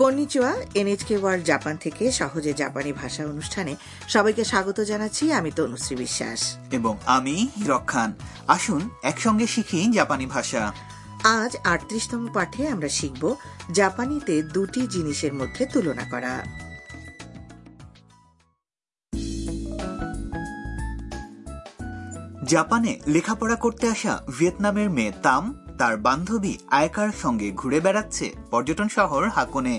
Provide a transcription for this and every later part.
কন্নিচুয়া NHK world Japan থেকে সহজে জাপানি ভাষা অনুষ্ঠানে সবাইকে স্বাগত জানাচ্ছি আমি তনুশ্রী বিশ্বাস এবং আমি হিরক খান আসুন একসঙ্গে শিখি জাপানি ভাষা আজ আটত্রিশতম পাঠে আমরা শিখব জাপানিতে দুটি জিনিসের মধ্যে তুলনা করা জাপানে লেখাপড়া করতে আসা ভিয়েতনামের মেয়ে তাম তার বান্ধবী আয়কার সঙ্গে ঘুরে বেড়াচ্ছে পর্যটন শহর হাকোনে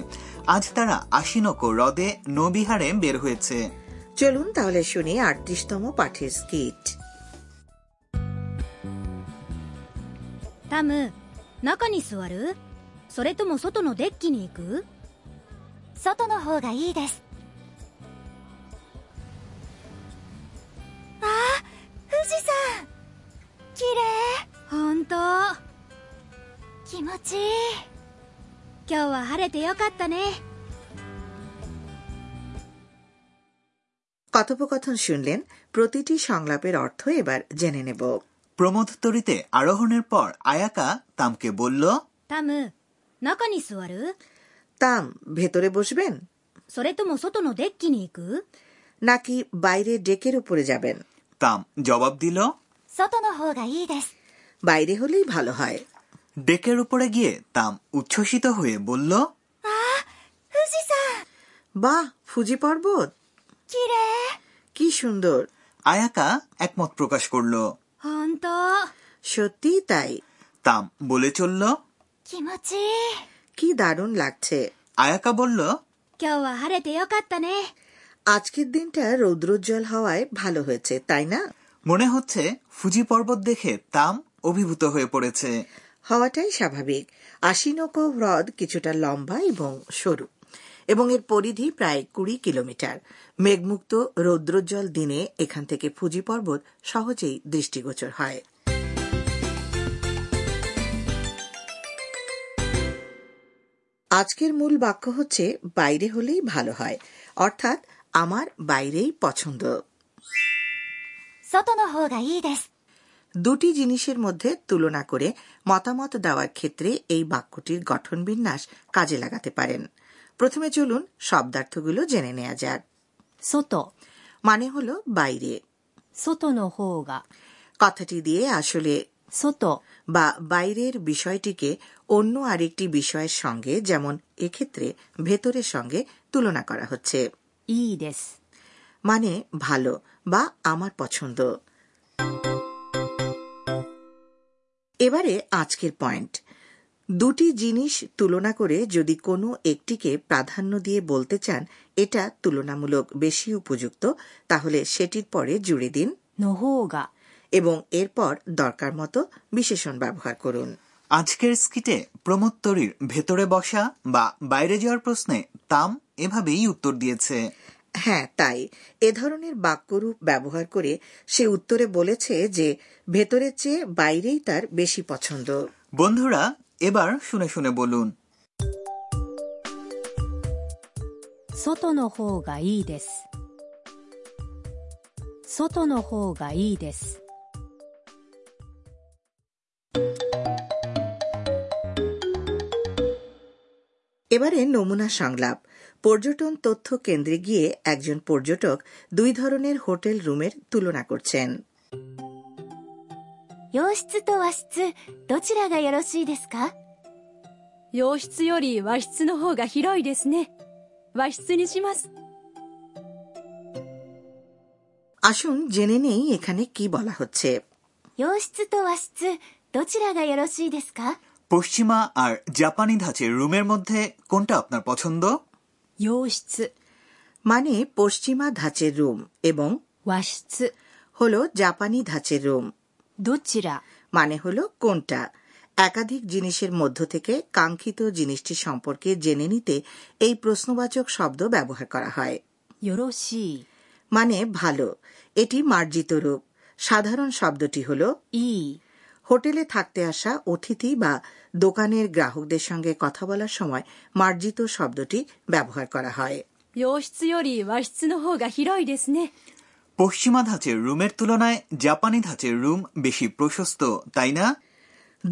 আজ তারা আশিনকো হ্রদে নৌবিহারে বের হয়েছে চলুন তাহলে শুনি আটত্রিশতম পাঠের স্কিট タム中に座るそれとも外のデッキに行く外の方がいいですあ富士山綺麗本当気持ちいい今日は晴れてよかったね কথোপকথন শুনলেন প্রতিটি সংলাপের অর্থ এবার জেনে নেব প্রমোদতরিতে আরোহণের পর আয়াকা তামকে বলল タム中に座る তাম ভেতরে বসবেন それとも外のデッキに行く নাকি বাইরে ডেকের উপরে যাবেন তাম জবাব দিল 外の方がいいです বাইরে হলেই ভালো হয় ডেকের উপরে গিয়ে তাম উচ্ছ্বসিত হয়ে বলল 富士山 বাহ ফুজি পর্বত 綺麗 কি সুন্দর আয়াকা একমত প্রকাশ করল 本当 সত্যিই তাই তাম বলে চলল 気持ちいい কি দারুণ লাগছে আয়াকা বলল 今日は晴れてよかったね আজকের দিনটা রৌদ্রোজ্জ্বল হওয়ায় ভালো হয়েছে তাই না মনে হচ্ছে ফুজি পর্বত দেখে তাম অভিভূত হয়ে পড়েছে হওয়াটাই স্বাভাবিক আশিনকো হ্রদ কিছুটা লম্বা এবং সরু এবং এর পরিধি প্রায় কুড়ি কিলোমিটার মেঘমুক্ত রৌদ্রোজ্জ্বল দিনে এখান থেকে ফুজি পর্বত সহজেই দৃষ্টিগোচর হয় আজকের মূল বাক্য হচ্ছে বাইরে হলেই ভালো হয় অর্থাৎ আমার বাইরেই পছন্দ 外の方がいいです দুটি জিনিসের মধ্যে তুলনা করে মতামত দেওয়ার ক্ষেত্রে এই বাক্যটির গঠন বিন্যাস কাজে লাগাতে পারেন প্রথমে চলুন শব্দার্থগুলো জেনে নেওয়া যাক 外 মানে হলো বাইরে 外の方が কথাটি দিয়ে আসলে 外 বা বাইরের বিষয়টিকে অন্য আরেকটি বিষয়ের সঙ্গে যেমন এক্ষেত্রে ভেতরের সঙ্গে তুলনা করা হচ্ছে いいです মানে ভালো বা আমার পছন্দ এবারে আজকের পয়েন্ট দুটি জিনিস তুলনা করে যদি কোনো একটিকে প্রাধান্য দিয়ে বলতে চান এটা তুলনামূলক বেশি উপযুক্ত তাহলে সেটির পরে জুড়ে দিন の方が এবং এরপর দরকার মতো বিশেষণ ব্যবহার করুন আজকের স্কিটে প্রমোত্তরীর ভেতরে বসা বা বাইরে যাওয়ার প্রশ্নে তাম এভাবেই উত্তর দিয়েছে হ্যাঁ তাই এ ধরনের বাক্যরূপ ব্যবহার করে সে উত্তরে বলেছে যে ভেতরের চেয়ে বাইরেই তার বেশি পছন্দ বন্ধুরা এবার শুনে শুনে বলুন 外の方がいいです外の方がいいです এবারে নমুনা সংলাপ পর্যটন তথ্য কেন্দ্রে গিয়ে একজন পর্যটক দুই ধরনের হোটেল রুমের তুলনা করছেন 洋室と和室どちらがよろしいですか洋室より和室の方が広いですね和室にします আসুন জেনে নেই এখানে কি বলা হচ্ছে 洋室と和室どちらがよろしいですか পশ্চিমা আর জাপানি ধাঁচের রুমের মধ্যে কোনটা আপনার পছন্দ 洋室 মানে পশ্চিমা ধাঁচের রুম এবং 和室 হলো জাপানি ধাঁচের রুম どちら মানে হলো কোনটা একাধিক জিনিসের মধ্য থেকে কাঙ্ক্ষিত জিনিসটি সম্পর্কে জেনে নিতে এই প্রশ্নবাচক শব্দ ব্যবহার করা হয় よろしい মানে ভালো এটি মার্জিত রূপ সাধারণ শব্দটি হলো いい হোটেলে থাকতে আসা অতিথি বা দোকানের গ্রাহকদের সঙ্গে কথা বলার সময় মার্জিত শব্দটি ব্যবহার করা হয় 洋室より和室の方が広いですね পশ্চিমা ধাঁচের রুমের তুলনায় জাপানি ধাঁচের রুম বেশি প্রশস্ত তাই না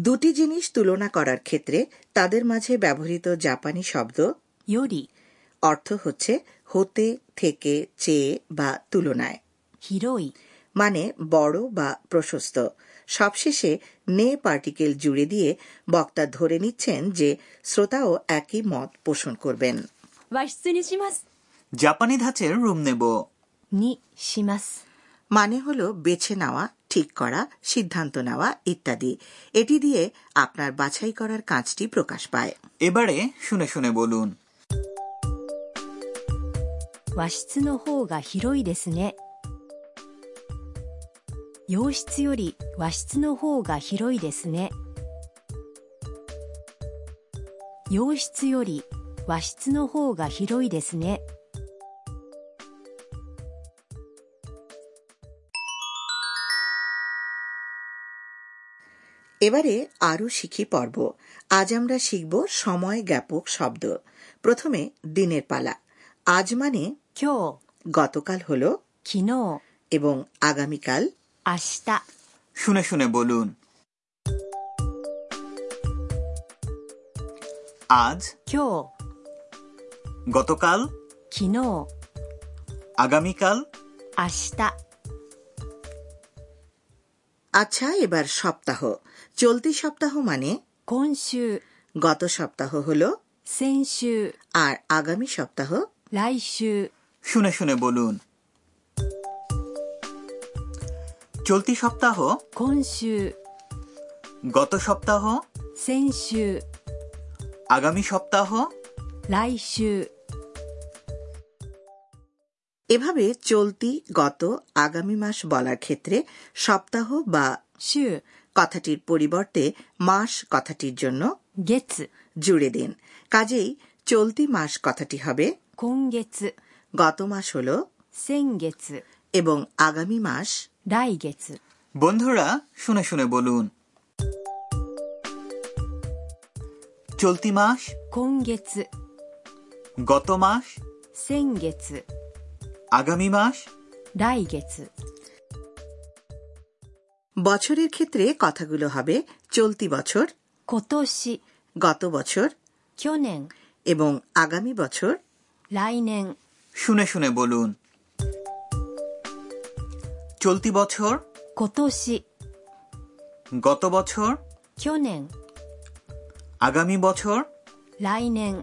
দুটি জিনিস তুলনা করার ক্ষেত্রে তাদের মাঝে ব্যবহৃত জাপানি শব্দ より অর্থ হচ্ছে হতে থেকে চেয়ে বা তুলনায় 広い মানে বড় বা প্রশস্ত সবশেষে নে পার্টিকেল জুড়ে দিয়ে বক্তা ধরে নিচ্ছেন যে শ্রোতাও একই মত পোষণ করবেন 和室にします জাপানি ধাঁচের রুম নেব にします মানে হলো বেছে নেওয়া ঠিক করা সিদ্ধান্ত নেওয়া ইত্যাদি এটি দিয়ে আপনার বাছাই করার কাজটি প্রকাশ পায় এবারে শুনে শুনে বলুন 和室の方が広いですね洋室より和室の方が広いですね洋室より和室の方が広いですね এবারে আরও শিখি পর্ব আজ আমরা শিখব সময় জ্ঞাপক শব্দ প্রথমে দিনের পালা আজ মানে 今 গতকাল হলো 日昨日明 এবং আগামীকাল 日 শুনে শুনে বলুন আজ 今 গতকাল 日昨日明 আগামীকাল 日 আচ্ছা এবার সপ্তাহ চলতি সপ্তাহ মানে 今週 গত সপ্তাহ হলো 先週 আর আগামী সপ্তাহ 来週 শুনে শুনে বলুন চলতি সপ্তাহ 今週 গত সপ্তাহ 先週 আগামী সপ্তাহ 来週 এভাবে চলতি গত আগামী মাস বলার ক্ষেত্রে সপ্তাহ বা 週 কথাটির পরিবর্তে মাস কথাটির জন্য 月 জুড়ে দিন কাজেই চলতি মাস কথাটি হবে 今月 গত মাস হল 先月 এবং আগামী মাস 来月 বন্ধুরা শুনে শুনে বলুন চলতি মাস 今月 গত মাস 先月 আগামী মাস 来月 বছরের ক্ষেত্রে কথাগুলো হবে চলতি বছর 今年 গত বছর 去年 এবং আগামী বছর 来年 শুনে শুনে বলুন চলতি বছর 今年 গত বছর 去年 আগামী বছর 来年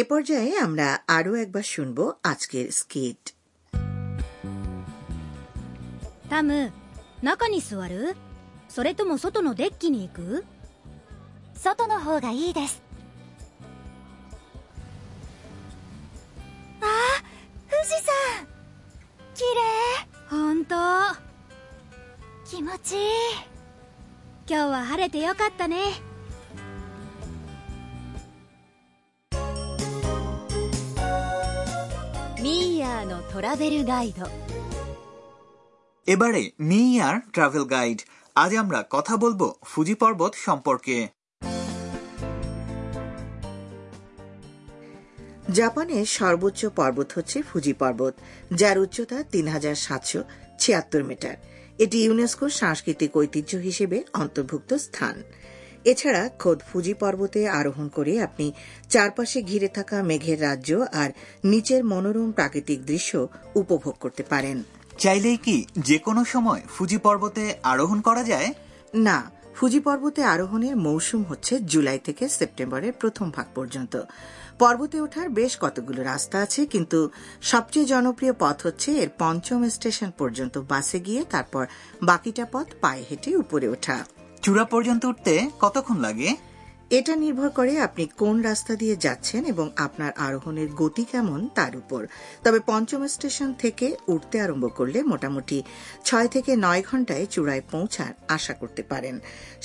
এ পর্যায়ে আমরা আরও একবার শুনব আজকের স্কিট タム中に座るそれとも外のデッキに行く外の方がいいですあ富士山綺麗本当気持ちいい今日は晴れてよかったねミーヤーのトラベルガイド এবারে মি আর ট্রাভেল গাইড আজ আমরা কথা বলবো ফুজি পর্বত সম্পর্কে জাপানের সর্বোচ্চ পর্বত হচ্ছে ফুজি পর্বত যার উচ্চতা তিন হাজার সাতশো ছিয়াত্তর মিটার এটি ইউনেস্কোর সাংস্কৃতিক ঐতিহ্য হিসেবে অন্তর্ভুক্ত স্থান এছাড়া খোদ ফুজি পর্বতে আরোহণ করে আপনি চারপাশে ঘিরে থাকা মেঘের রাজ্য আর নিচের মনোরম প্রাকৃতিক দৃশ্য উপভোগ করতে পারেন চাইলেই কি যে কোনো সময় ফুজি পর্বতে আরোহণ করা যায় না ফুজি পর্বতে আরোহণের মৌসুম হচ্ছে জুলাই থেকে সেপ্টেম্বরের প্রথম ভাগ পর্যন্ত পর্বতে ওঠার বেশ কতগুলো রাস্তা আছে কিন্তু সবচেয়ে জনপ্রিয় পথ হচ্ছে এর পঞ্চম স্টেশন পর্যন্ত বাসে গিয়ে তারপর বাকিটা পথ পায়ে হেঁটে উপরে ওঠা চূড়া পর্যন্ত উঠতে কতক্ষণ লাগে এটা নির্ভর করে আপনি কোন রাস্তা দিয়ে যাচ্ছেন এবং আপনার আরোহণের গতি কেমন তার উপর তবে পঞ্চম স্টেশন থেকে উঠতে আরম্ভ করলে মোটামুটি ছয় থেকে নয় ঘন্টায় চূড়ায় পৌঁছার আশা করতে পারেন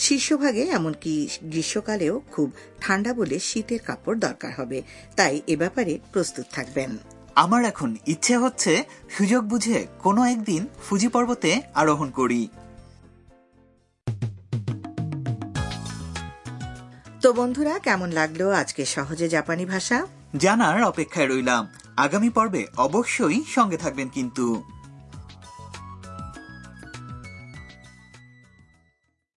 শীর্ষভাগে এমনকি গ্রীষ্মকালেও খুব ঠান্ডা বলে শীতের কাপড় দরকার হবে তাই এ ব্যাপারে প্রস্তুত থাকবেন আমার এখন ইচ্ছে হচ্ছে সুযোগ বুঝে কোনো একদিন ফুজি পর্বতে আরোহণ করি তো বন্ধুরা কেমন লাগলো আজকে সহজে জাপানি ভাষা জানার অপেক্ষায় রইলাম আগামী পর্বে অবশ্যই সঙ্গে থাকবেন কিন্তু